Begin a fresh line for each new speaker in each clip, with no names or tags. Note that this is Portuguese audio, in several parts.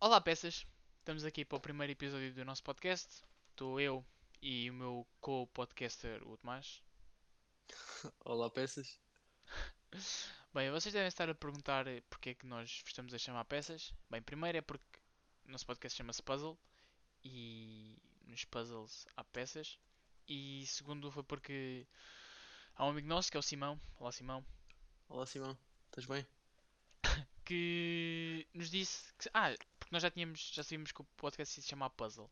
Olá, peças! Estamos aqui para o primeiro episódio do nosso podcast. Estou eu e o meu co-podcaster, o Tomás.
Olá, peças.
Bem, vocês devem estar a perguntar porque é que nós vos estamos a chamar peças. Bem, primeiro é porque o nosso podcast chama-se Puzzle e nos puzzles há peças. E segundo foi porque há um amigo nosso que é o Simão. Olá, Simão.
Olá, Simão. Estás bem?
que nos disse que, ah, porque nós já tínhamos, já sabíamos que o podcast se chamava Puzzle.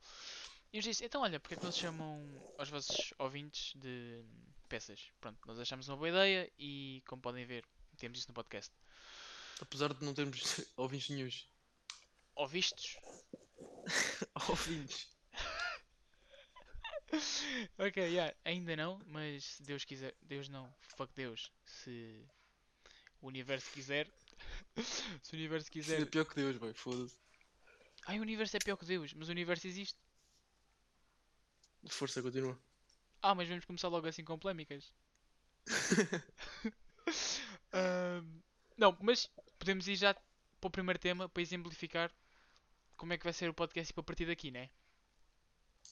E nos disse, então olha, porque é que não se chamam aos vossos ouvintes de peças? Pronto, nós achamos uma boa ideia e como podem ver, temos isso no podcast.
Apesar de não termos ouvintes nenhums.
Ouvistes?
ouvintes.
ok, yeah, ainda não, mas se Deus quiser. Deus não, fuck Deus. Se o universo quiser, se o universo
Isso é
quiser.
pior que Deus, bem, foda-se.
Ai, o universo é pior que Deus, mas o universo existe.
Força, continua.
Ah, mas vamos começar logo assim com polémicas. Ahm, não, mas podemos ir já para o primeiro tema para exemplificar como é que vai ser o podcast a partir daqui, né?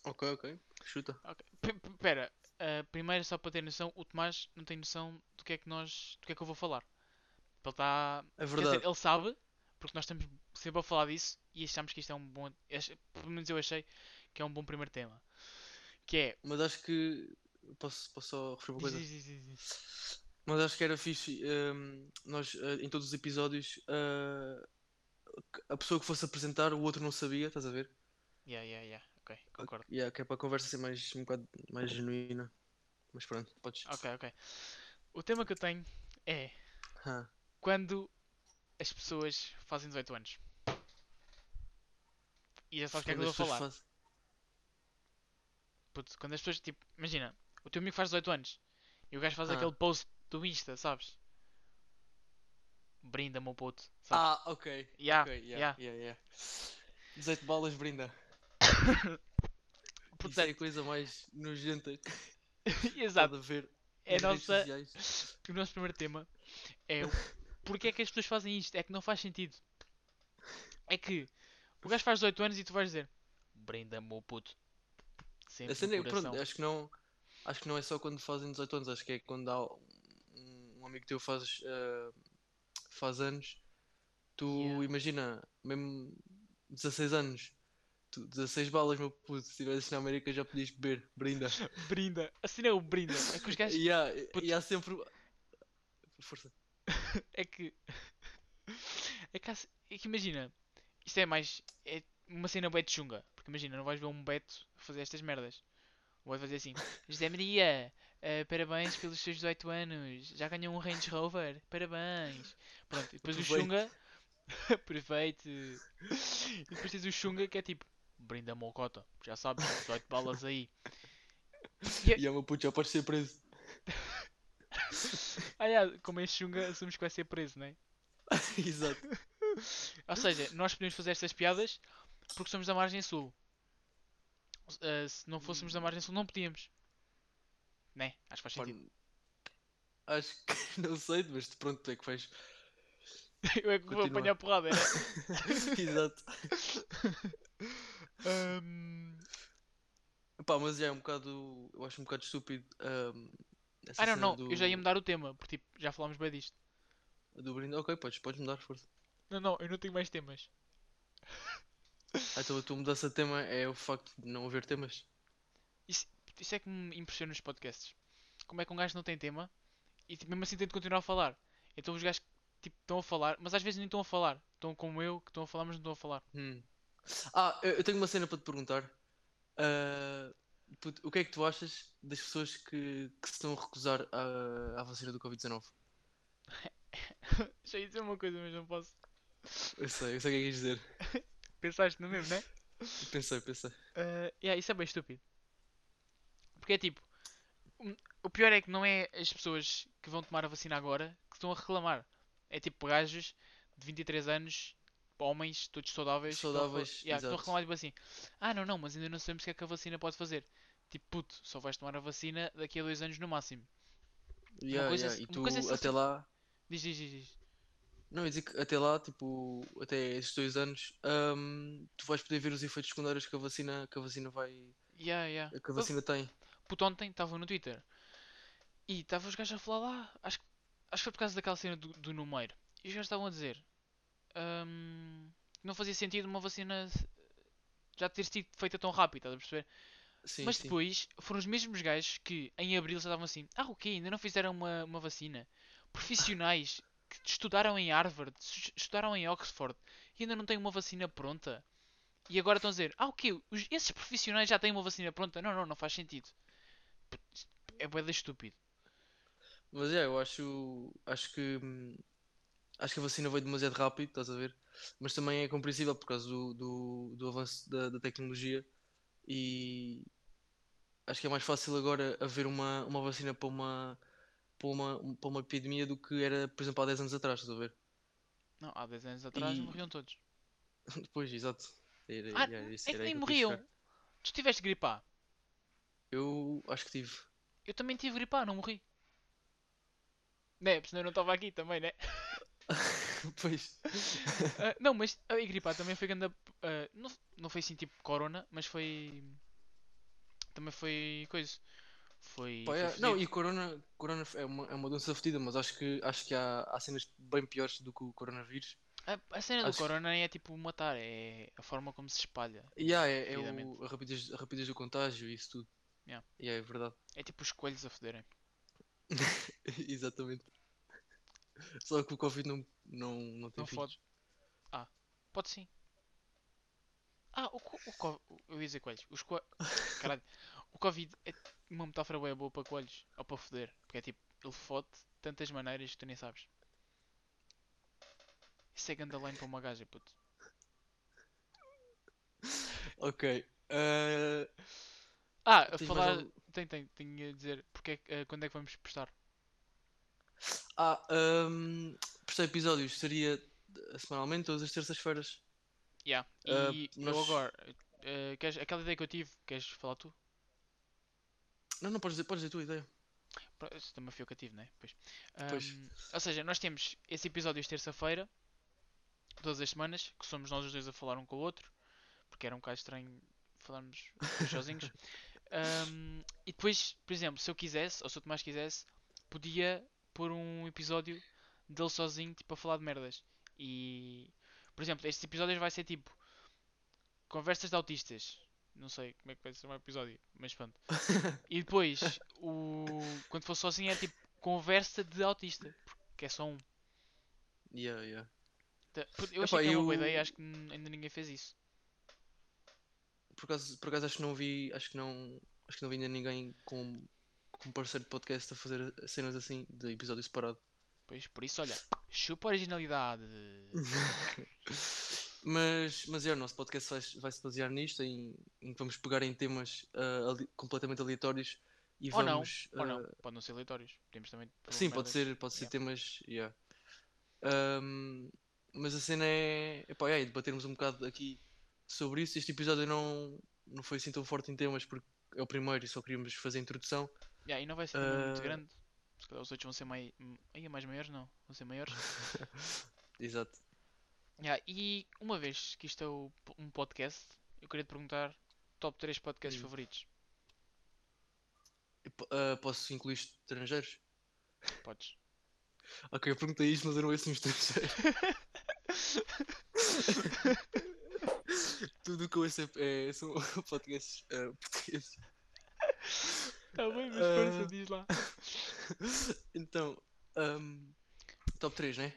Ok, ok. Chuta.
Ok. P- p- Pera, ah, primeiro só para ter noção, o Tomás não tem noção do que é que nós, do que é que eu vou falar. Ele está
É
Quer dizer,
verdade.
ele sabe, porque nós estamos sempre a falar disso e achamos que isto é um bom. ach- Pelo menos eu achei que é um bom primeiro tema. Que é.
Mas acho que. Posso, posso só referir uma
Diz,
coisa?
diz, diz, diz, diz.
Mas acho que era fixe. hum, nós, eh, em todos os episódios, eh, a pessoa que fosse apresentar, o outro não sabia, estás a ver?
Yeah, yeah, yeah. Ok, concordo.
Yeah, que é para a conversa ser mais, um bocado mais genuína. Mas pronto, podes.
Ok, ok. O tema que eu tenho é
Ah,
quando as pessoas fazem 18 anos. E já sabes o que é que eu
quando
vou
as pessoas
falar.
fazem-
Puto, quando as pessoas, tipo, imagina, o teu amigo faz 18 anos e o gajo faz
Ah.
aquele post do Insta, sabes? Brinda, meu puto, sabes?
Ah, ok.
Yeah,
Ok,
yeah.
yeah, yeah, yeah. 18 balas brinda.
Puto,
Isso é a coisa mais nojenta que
Exato.
pode haver
É a
nas redes
nossa,
sociais.
o nosso primeiro tema é o porque é que as pessoas fazem isto? É que não faz sentido. É que o gajo faz 18 anos e tu vais dizer Brinda, meu puto. Sempre no
A cena é, pronto,
coração.
acho que não. Acho que não é só quando fazem 18 anos, acho que é quando há um, um amigo teu faz, ah, faz anos, tu
Yeah.
imagina, mesmo 16 anos, tu, 16 balas, meu puto, se estivesses na América já podias beber, brinda.
Brinda. A cena é o brinda. É que os gajos.
E há,
puto.
e há sempre. Força.
É que. É que, há- é que imagina. Isto é mais. É uma cena bué de chunga. Porque imagina, não vais ver um Beto fazer estas merdas. O Beto vai dizer assim: José Maria, eh, parabéns pelos seus 18 anos. Já ganhou um Range Rover. Parabéns. Pronto, e depois o
Aproveite.
Xunga. Aproveite. E depois tens o Xunga que é tipo: Brinda Mocota. Já sabes, 18 balas aí.
E há, meu puto, já podes ser preso.
Ah, yeah, como é Xunga, assumes que vai ser preso, né?
Exato.
Ou seja, nós podemos fazer estas piadas porque somos da margem sul. Eh, se não fôssemos
Hum.
da margem sul, não podíamos. Né? Acho que faz
Pá,
sentido.
Acho que não sei, mas pronto, tu é que faz.
Eu é que vou
continua.
apanhar porrada. Né?
Exato.
Ahm,
Pá, mas já é um bocado. Eu acho um bocado estúpido. Um, essa
Ah, não,
cena
não. Eu já ia
do-
mudar o tema porque tipo, já falámos bem disto.
Do brinde. Ok, podes, podes mudar, força.
Não, não, eu não tenho mais temas.
Ah, então a tua mudança de tema é o facto de não haver temas.
Isso é que me impressiona nos podcasts. Como é que um gajo não tem tema e tipo, mesmo assim tem de continuar a falar? Então os gajos tipo, estão a falar, mas às vezes nem estão a falar. Estão como eu, que estão a falar, mas não estão a falar.
Hum. Ah, eu, eu tenho uma cena para te perguntar. Ah, puto, o que é que tu achas das pessoas que, que se estão a recusar à, à vacina do Covid-19?
Já ia dizer uma coisa, mas não posso.
Eu sei, eu sei o que é que ias dizer.
Pensaste no mesmo, né?
Pensei, pensei.
Uh, yeah, isso é bem estúpido. Porque é tipo, um- o pior é que não é as pessoas que vão tomar a vacina agora que estão a reclamar. É tipo gajos de 23 anos, homens, todos saudáveis, que estão a recla- yeah,
Saudáveis,
que estão a
exato.
reclamar tipo assim: ah, não, não, mas ainda não sabemos o que é que a vacina pode fazer. Tipo, puto, só vais tomar a vacina daqui a dois anos no máximo.
Yeah,
coisa
yeah,
é-
E
uma
tu
coisa é só
até
ser-
lá.
Diz, diz, diz, diz.
Não, ia dizer que até lá, tipo, até esses dois anos, ahm, tu vais poder ver os efeitos secundários que a vacina, que a vacina vai,
Yeah, yeah.
É que a
Houve-
vacina tem.
Puto, ontem estava no Twitter e estava os gajos a falar lá. Acho, que- acho que foi por causa daquela cena do, do número. E os gajos estavam a dizer hum, que não fazia sentido uma vacina se- já ter sido feita tão rápido, estás a perceber?
Sim,
Mas tipo,
sim.
depois foram os mesmos gajos que em abril já estavam assim: ah, o quê? Ainda não fizeram uma, uma vacina? Profissionais que estudaram em Harvard, es- estudaram em Oxford e ainda não têm uma vacina pronta. E agora estão a dizer: ah, o quê? Os- esses profissionais já têm uma vacina pronta? Não, não, não faz sentido. Puto, isto É boeda estúpido.
Mas é, eu acho, acho que hum, acho que a vacina veio demasiado rápido, estás a ver? Mas também é compreensível por causa do, do, do avanço da, da tecnologia e acho que é mais fácil agora haver uma, uma vacina para uma, para uma, para uma epidemia do que era, por exemplo, há 10 anos atrás, estás a ver?
Não, há 10 anos atrás
E-
morriam todos.
Depois, exato. Era,
Ah,
era isso,
é que
era aí
nem
eu queria
morriam.
chegar.
Tu tiveste gripe A.
Eu acho que tive.
Eu também tive gripe A, não morri. Né, porque senão eu não estava aqui também, né?
Pois.
Ah, não, mas a gripe A também foi grande. ah, não, não foi assim tipo corona, mas foi. Também foi coisa. Foi.
Pá,
foi
é, Não,
fodido.
e corona, corona é uma, é uma doença fodida, mas acho que, acho que há, há cenas bem piores do que o coronavírus.
A, a cena do
acho que-
corona nem é tipo matar, é a forma como se espalha.
E há, é, é
Rapidamente.
o, a rapidez, a rapidez do contágio e isso tudo.
Yeah.
E há, é verdade.
É tipo os coelhos a foderem.
Exatamente. Só que o Covid não, não, não tem
Não
filhos.
fode. Pode sim. Ah, o, co- o co- Eu ia dizer coelhos. Os co... Caralho. O Covid é uma metáfora bem boa para coelhos. Ou para foder. Porque é tipo, ele fode de tantas maneiras que tu nem sabes. Isso é gandaline para uma gaja, puto.
Ok. ah,
Ah, a
tens mais
falar.
algo?
Tem, tem, tenho a dizer porque é que- eh, quando é que vamos postar.
Ah, ahm, postar episódios seria eh, semanalmente, todas as terças-feiras.
Yeah.
Ah,
E eu
nós-
agora. eh, queres, aquela ideia que eu tive, queres falar tu?
Não, não, podes dizer, podes dizer a tua ideia.
Pro- Isso também fui eu que tive, né? Pois.
Pois.
Ahm, ou seja, nós temos esse episódio às terça-feira, todas as semanas, que somos nós os dois a falar um com o outro, porque era um bocado estranho falarmos os sozinhos. Ahm, e depois, por exemplo, se eu quisesse, ou se o Tomás quisesse, podia pôr um episódio dele sozinho, tipo, a falar de merdas. E, por exemplo, estes episódios vai ser tipo conversas de autistas. Não sei como é que vai ser um episódio, mas pronto. E depois, o... quando for sozinho é tipo conversa de autista, porque é só um.
Yeah, yeah.
Tá- puto, Eu
Epá,
achei que é uma boa
eu-
ideia, acho que n- ainda ninguém fez isso.
Por acaso, por acaso acho que não vi, acho que não, acho que não vi ainda ninguém com, com um parceiro de podcast a fazer cenas assim, de episódio separado.
Pois, por isso, olha, chupa a originalidade.
Mas, mas é, o nosso podcast vai, vai se basear nisto, em, em que vamos pegar em temas ah, ali- completamente aleatórios e
Ou não,
vamos.
Ou não, um
ah,
pode não ser aleatórios. Podemos também. pôr
sim, pode
merdas.
ser, pode ser temas. yeah. Ahm, mas a cena é, epá, é debatermos um bocado aqui sobre isso. Este episódio não, não foi assim tão forte em temas porque é o primeiro e só queríamos fazer a introdução.
Yeah, e não vai ser também muito
Ah.
grande. Se calhar os outros vão ser mais. Aí é mais maiores, não? Vão ser maiores.
Exato.
Yeah, e uma vez que isto é o- um podcast, eu queria te perguntar: top 3 podcasts
Diz.
favoritos?
E po- ah, posso incluir estrangeiros?
Podes.
Ok, eu perguntei isto, mas eu não ouço um estrangeiro. Tudo o que eu ouço é, é, são podcasts ah, portugueses.
Tá bem, mas
força,
força,
Ah.
diz lá.
Então, ahm, top 3, né?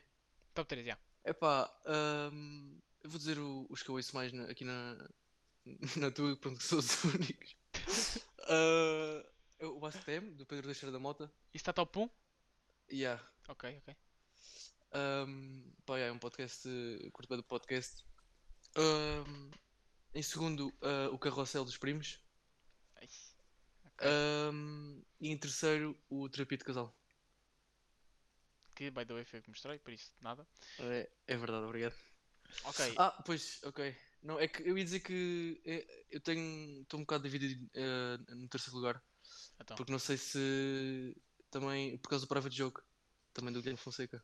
Top 3, já.
Epá, ahm, eu vou dizer o- os que eu ouço mais na- aqui na, na tua, pronto, que são os únicos. Ah, é o ACTM, do Pedro Teixeira da Mota.
Isso está top 1?
Yeah.
Ok, ok.
Ahm, pá, yeah, é um podcast, eh, curto bem do podcast. Ahm, em segundo, ah, o Carrossel dos Primos.
Ai, Ok.
Ahm, e em terceiro, o Terapia de Casal.
Que by the way foi o que mostrei, por isso nada.
É, é verdade, obrigado.
Ok,
Ah, pois, ok. Não, é que eu ia dizer que eh, eu tenho, estou um bocado dividido eh, no terceiro lugar,
então.
Ah, porque não sei se também, por causa do Private Joke, também do Guilherme Fonseca.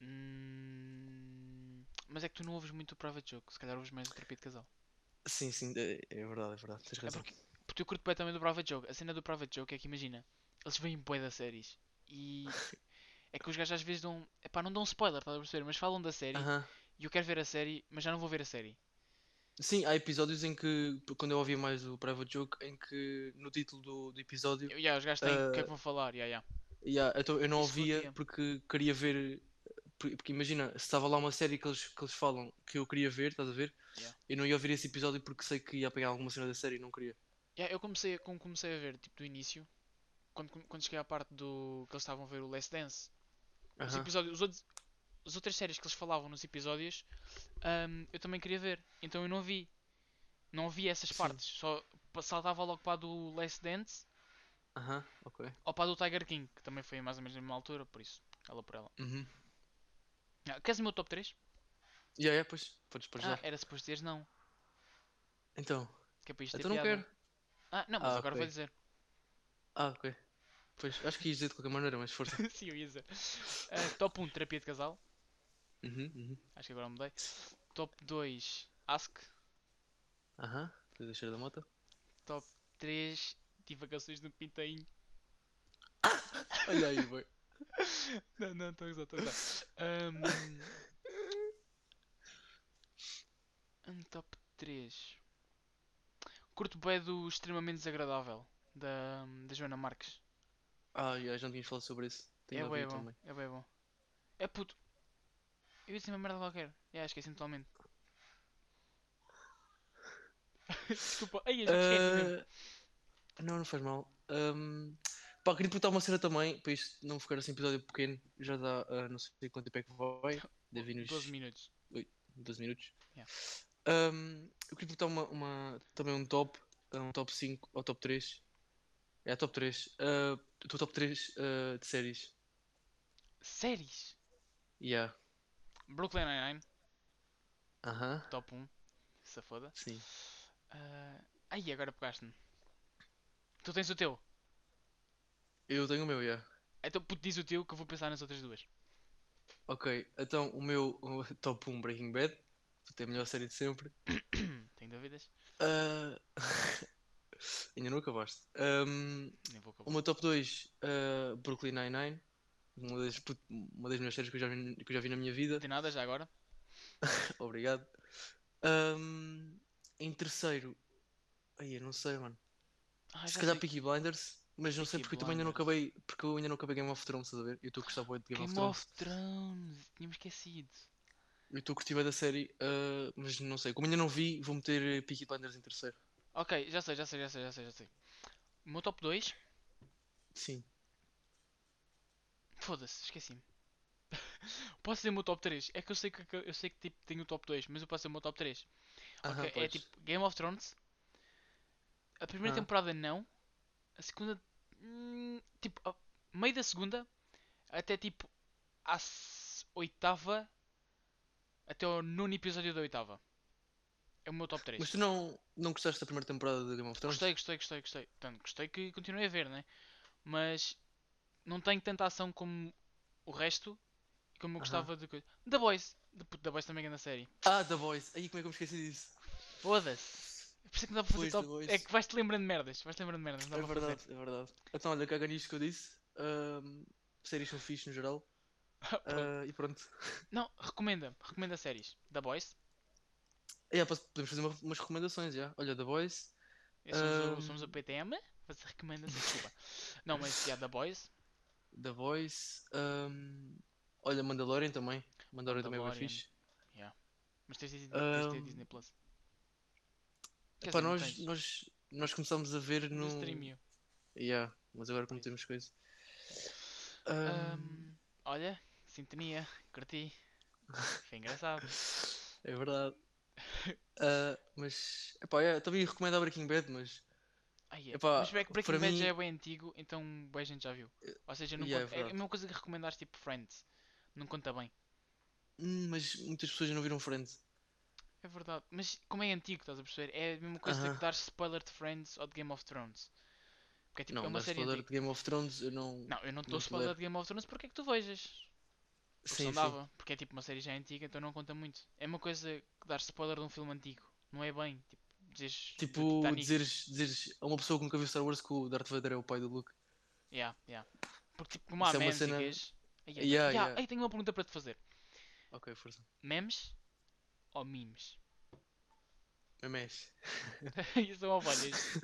Hum, Mas é que tu não ouves muito o Private Joke, se calhar ouves mais o Terapia de Casal.
Sim, sim, é, é verdade, é verdade. Tens
É
razão.
porque, porque eu curto bem também do Private Joke. A cena do Private Joke é que imagina, eles veem bué das séries e é que os gajos às vezes dão. Epá, não dão spoiler, estás a perceber? Mas falam da série
Aham.
e eu quero ver a série, mas já não vou ver a série.
Sim, há episódios em que, quando eu ouvia mais o Private Joke, em que no título do, do episódio,
Eu, yeah, os gajos têm o
Ah.
que é que vão falar, yeah, yeah.
yeah, então eu não
Isso
ouvia
curtia.
porque queria ver. por- Porque imagina, se estava lá uma série que eles, que eles falam que eu queria ver, estás a ver?
Yeah.
Eu não ia ouvir esse episódio porque sei que ia pegar alguma cena da série e não queria.
Yeah, eu comecei, como comecei a ver, tipo, do início, quando, come- quando cheguei à parte do que eles estavam a ver o Last Dance, os
Aham.
episódios, os outros, as outras séries que eles falavam nos episódios, ahm, eu também queria ver, então eu não vi. Não vi essas
Sim.
partes, só pa- saltava logo para a do Last Dance
Aham, ok.
ou para a do Tiger King, que também foi mais ou menos na mesma altura, por isso, ela por ela.
Uhum.
Ah, queres o meu top 3?
Yeah, yeah, pois, podes, podes
Ah,
dar.
era suposto dizeres não,
Então,
que é para isto ter
então não
piada.
quero.
Ah, não, mas
Ah,
agora
ok.
vou dizer.
Ah, ok. Pois, acho que ias dizer de qualquer maneira, mas força.
Sim, eu ia dizer. Ah, top 1, terapia de casal.
Uhum, uhum.
Acho que agora mudei. Top 2, Ask.
Aham, uhum. deixar da moto.
Top 3, Divagações no Pintainho.
Olha aí, boy.
Não, não, estou a gozar, estou a gozar. Ahm, Um, top 3. Curto bem do Extremamente Desagradável, da, da Joana Marques.
Ah, yeah, já não tínhamos falado sobre isso. Tenho
é
de
bem
ouvir
bom,
também.
é bem bom. É puto. Eu disse uma merda qualquer. É, esqueci-me totalmente. Desculpa. Ai, eu já me esqueci mesmo.
Ah, Não, não faz mal. Ahm, Pá, queria botar uma cena também, para isto não ficar assim episódio pequeno. Já dá, ah, não sei quanto tempo é que vai. Deve ir nos
12 minutos.
12 minutos.
Yeah.
Ahm, eu queria botar uma, uma- também um top, ah, um top 5 ou top 3. É, top 3. Ah, do top 3 ah, de séries.
Séries?
Yeah.
Brooklyn Nine-Nine,
Aham,
top 1. Se foda.
sim.
Ah, Ai, agora pegaste-me. Tu tens o teu.
Eu tenho o meu, yeah.
Então puto, diz o teu que eu vou pensar nas outras duas.
Ok, então o meu o top 1 Breaking Bad. Puta, é a melhor série de sempre.
Tem dúvidas?
Ah, Ainda não acabaste. Ahm,
Nem vou acabar.
o meu top 2, ah, Brooklyn Nine-Nine. Uma das, put- uma das melhores séries que eu já vi, que eu já vi na minha vida.
Tem nada já agora?
Obrigado. Ahm, em terceiro, aí eu não sei, mano.
Ah,
Se
já
calhar
sei.
Peaky Blinders, mas não sei
Peaky
porque eu também ainda não
Blinders.
acabei, porque eu ainda não acabei Game of Thrones, estás a ver? Eu estou a gostar bué de Game of
Game
Thrones.
of Thrones. Tinha-me esquecido.
Eu estou a curtir bué da série, ah, mas não sei. Como ainda não vi, vou meter eh, Peaky Blinders em terceiro.
Ok, já sei, já sei, já sei, já sei, já sei. O meu top 2.
Sim.
Foda-se, esqueci-me. Posso dizer o meu top 3? É que eu sei que que- eu sei que tipo, tenho o top 2, mas eu posso dizer o meu top 3.
Aham,
Ok, é
podes.
tipo Game of Thrones. A primeira
Aham.
temporada não. A segunda. hum, Tipo, a meio da segunda até tipo à s- oitava. Até ao nono episódio da oitava. É o meu top 3.
Mas tu não, então- não gostaste da primeira temporada de Game of Thrones?
Gostei, gostei, gostei, gostei. Portanto, gostei que continuei a ver, né? Mas não tenho tanta ação como o resto. e Como eu
Aham.
gostava de coisa. The Boys. The, puto, The Boys também é na série.
Ah, The Voice. Aí como é que eu me esqueci disso?
Foda-se. Por isso é que não dá para fazer
Pois, The
top.
Boys.
É que vais-te lembrando de merdas. Vais-te lembrando de merdas. Não
É
dá para fazer.
verdade, é verdade. Então, olha, caga nisto que eu disse. Ahm, séries são fixe no geral. Ah, e pronto.
Não, recomenda. Recomenda séries. The Boys.
Yeah, É, posso- podemos fazer uma- umas recomendações, já. Olha, The Boys.
Esses Somos, o,
Ahm.
somos o PTM. Você recomenda -se, desculpa. Não, mas já The Boys.
The Voice. ahm, olha, Mandalorian também. Mandalorian também é bem
Mandalorian.
fixe.
Mas tens de tens de ter
Ahm.
Disney Plus. Quer
Ah. Epá,
dizer, não
nós,
tens.
nós, nós começámos a ver
No
no.
Streamio.
Yeah, mas agora como
Pois.
temos coisa. Ahm,
Ahm, olha, sintonia, curti. Foi engraçado.
É verdade. Ah, mas. Epá, yeah, também recomendo a Breaking Bad, mas.
Ai, é.
Epá,
Mas é que Breaking
para
Bad
mim-
já é bem antigo, então bem a gente já viu. Ou seja, não
yeah,
conta-
é
é a
verdade.
mesma coisa que recomendares tipo Friends. Não conta bem.
hum, mas muitas pessoas não viram frente.
É verdade. Mas como é antigo, estás a perceber? É a mesma coisa
Aham.
que dar spoiler de Friends ou de Game of Thrones. Porque é tipo,
Não,
é uma
mas
série
falar de
antiga.
Game of Thrones, eu não.
Não, eu não estou
não
a spoiler
tolero.
de Game of Thrones porque é que tu vejas. Porque
Sim,
não
sim.
dava, porque é tipo uma série já antiga, então não conta muito. É uma coisa que dar spoiler de um filme antigo. Não é bem, tipo, dizes do
Tipo,
Titanic.
dizeres, dizeres a uma pessoa que nunca viu Star Wars que o Darth Vader é o pai do Luke.
Yeah, yeah. Porque tipo, como há
Isso é uma
memes
cena-
e quês. Ai, ai, ai,
Yeah,
yeah,
yeah.
ai, tenho uma pergunta para te fazer.
Ok, força.
Memes ou memes?
Memes.
Isso é são ovelhas.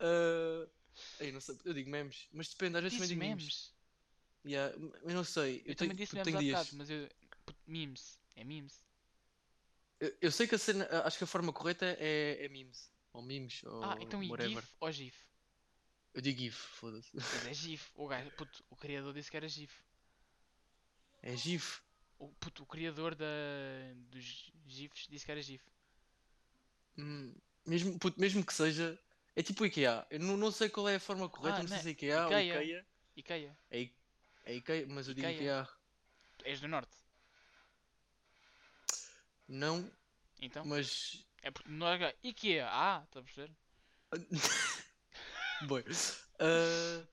Ah, ei, não sei, eu digo memes, mas depende, às vezes
Dizes
também digo memes.
memes?
Yeah, m- eu não sei, eu,
Eu
tenho,
também disse
tu-
memes
tenho
há
dias.
bocado, mas eu. Puto, Memes. É memes.
Eu, eu sei que a cena, a- acho que a forma correta é, é memes. Ou memes, ou
Ah, então e
whatever.
GIF ou GIF?
Eu digo GIF, foda-se.
Pois é GIF. O gajo, puto, o criador disse que era GIF.
É GIF.
O, puto, o criador da, dos GIFs disse que era GIF.
Hum, mesmo, puto, mesmo que seja. É tipo o IKEA. Eu não, não sei qual é a forma correta,
Ah,
não sei
né,
se é IKEA ou
Ikea.
IKEA.
Ikea.
É, I- é IKEA, mas eu digo
Ikea.
IKEA.
Tu És do norte.
Não,
Então?
mas.
É porque nós. Ikea. Ah, estás a perceber?
Bem, ah,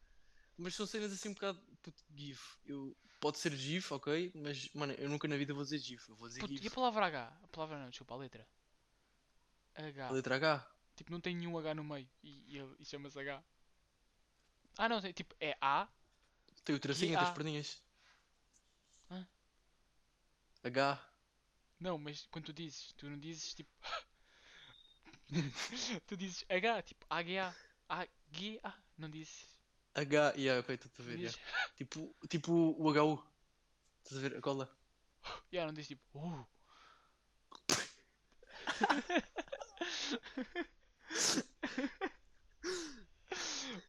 mas são cenas assim um bocado puto, GIF. Eu, pode ser GIF, ok, mas mano, eu nunca na vida vou dizer GIF, eu vou dizer
Puto, e a
GIF.
palavra H? A palavra não, desculpa, a letra. H.
A letra H.
Tipo, não tem nenhum H no meio. E, e, ele- e chama-se H. Ah, não, tem, tipo, é A.
Tem o tracinho entre as
IA.
perninhas.
Hã?
H.
Não, mas quando tu dizes, tu não dizes tipo. tu dizes H, tipo AGA. AGA. Não dizes.
H. Yeah, ok, estou a
Não
ver.
dizes,
yeah. Tipo, tipo o HU. Estás a ver a cola?
yeah, não dizes tipo. Uh.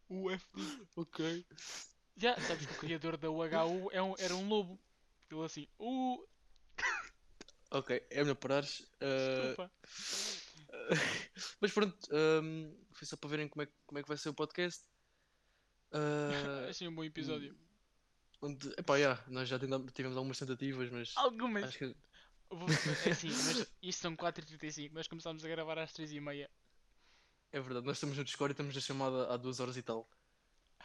o FD.
Ok.
Já, sabes que o criador da UHU é um, era um lobo. Ele assim, uh,
Ok, é melhor parares. ah,
desculpa.
Mas pronto, ahm, foi só para verem como é, que- como é que vai ser o podcast. Ah,
Achei um bom episódio.
onde, epá, yeah, nós já tenta- tivemos algumas tentativas, mas
Algumas.
acho que.
Vou- É assim, mas isto são 4h35, nós começámos a gravar às 3h30.
É verdade, nós estamos no Discord e estamos na chamada há duas horas e tal.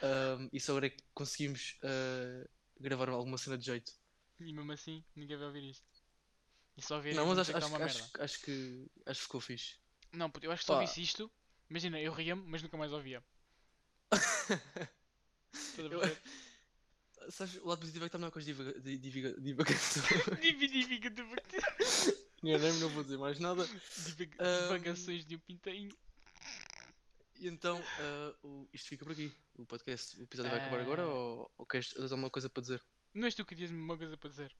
Ahm, e só agora é que conseguimos ah, gravar alguma cena de jeito.
E mesmo assim, ninguém vai ouvir isto. E só ver
Não, mas acho,
que
acho,
está então é uma
acho-
merda.
acho que acho que ficou fixe.
Não, puto, eu acho que só
Pá.
ouvisse isto. Imagina, eu ria-me, mas nunca mais ouvia. Estás a
Eu-
perceber?
Sabes, o lado positivo é que está melhor com as divaga- di- divaga- divagações.
Dividifica de
Enganei-me, não vou dizer mais nada. Ahm.
divagações de um pintainho.
E então, ah, o- isto fica por aqui. O podcast, o episódio vai acabar agora
Ah.
ou, ou queres tens alguma coisa para dizer?
Não és tu que dias-me uma coisa para dizer.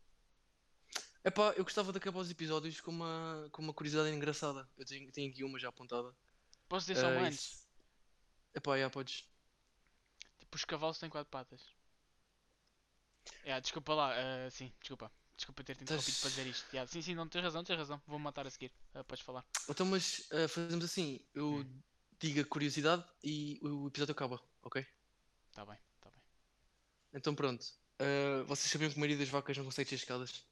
Epá, eu gostava de acabar os episódios com uma, com uma curiosidade engraçada. Eu tenho, tenho aqui uma já apontada.
Posso dizer só
Ah,
uma
e
antes?
se- Epá, já podes.
Tipo, os cavalos têm quatro patas. É, desculpa lá, ah, sim, desculpa. Desculpa ter-te
Tás-
interrompido para dizer isto. Ya, sim, sim, não tens razão, tens razão. Vou matar a seguir. Ah, podes falar.
Então, mas ah, fazemos assim. Eu digo a curiosidade e o episódio acaba, ok?
Tá bem, tá bem.
Então pronto. Ah, vocês sabiam que a maioria das vacas não consegue ter escadas?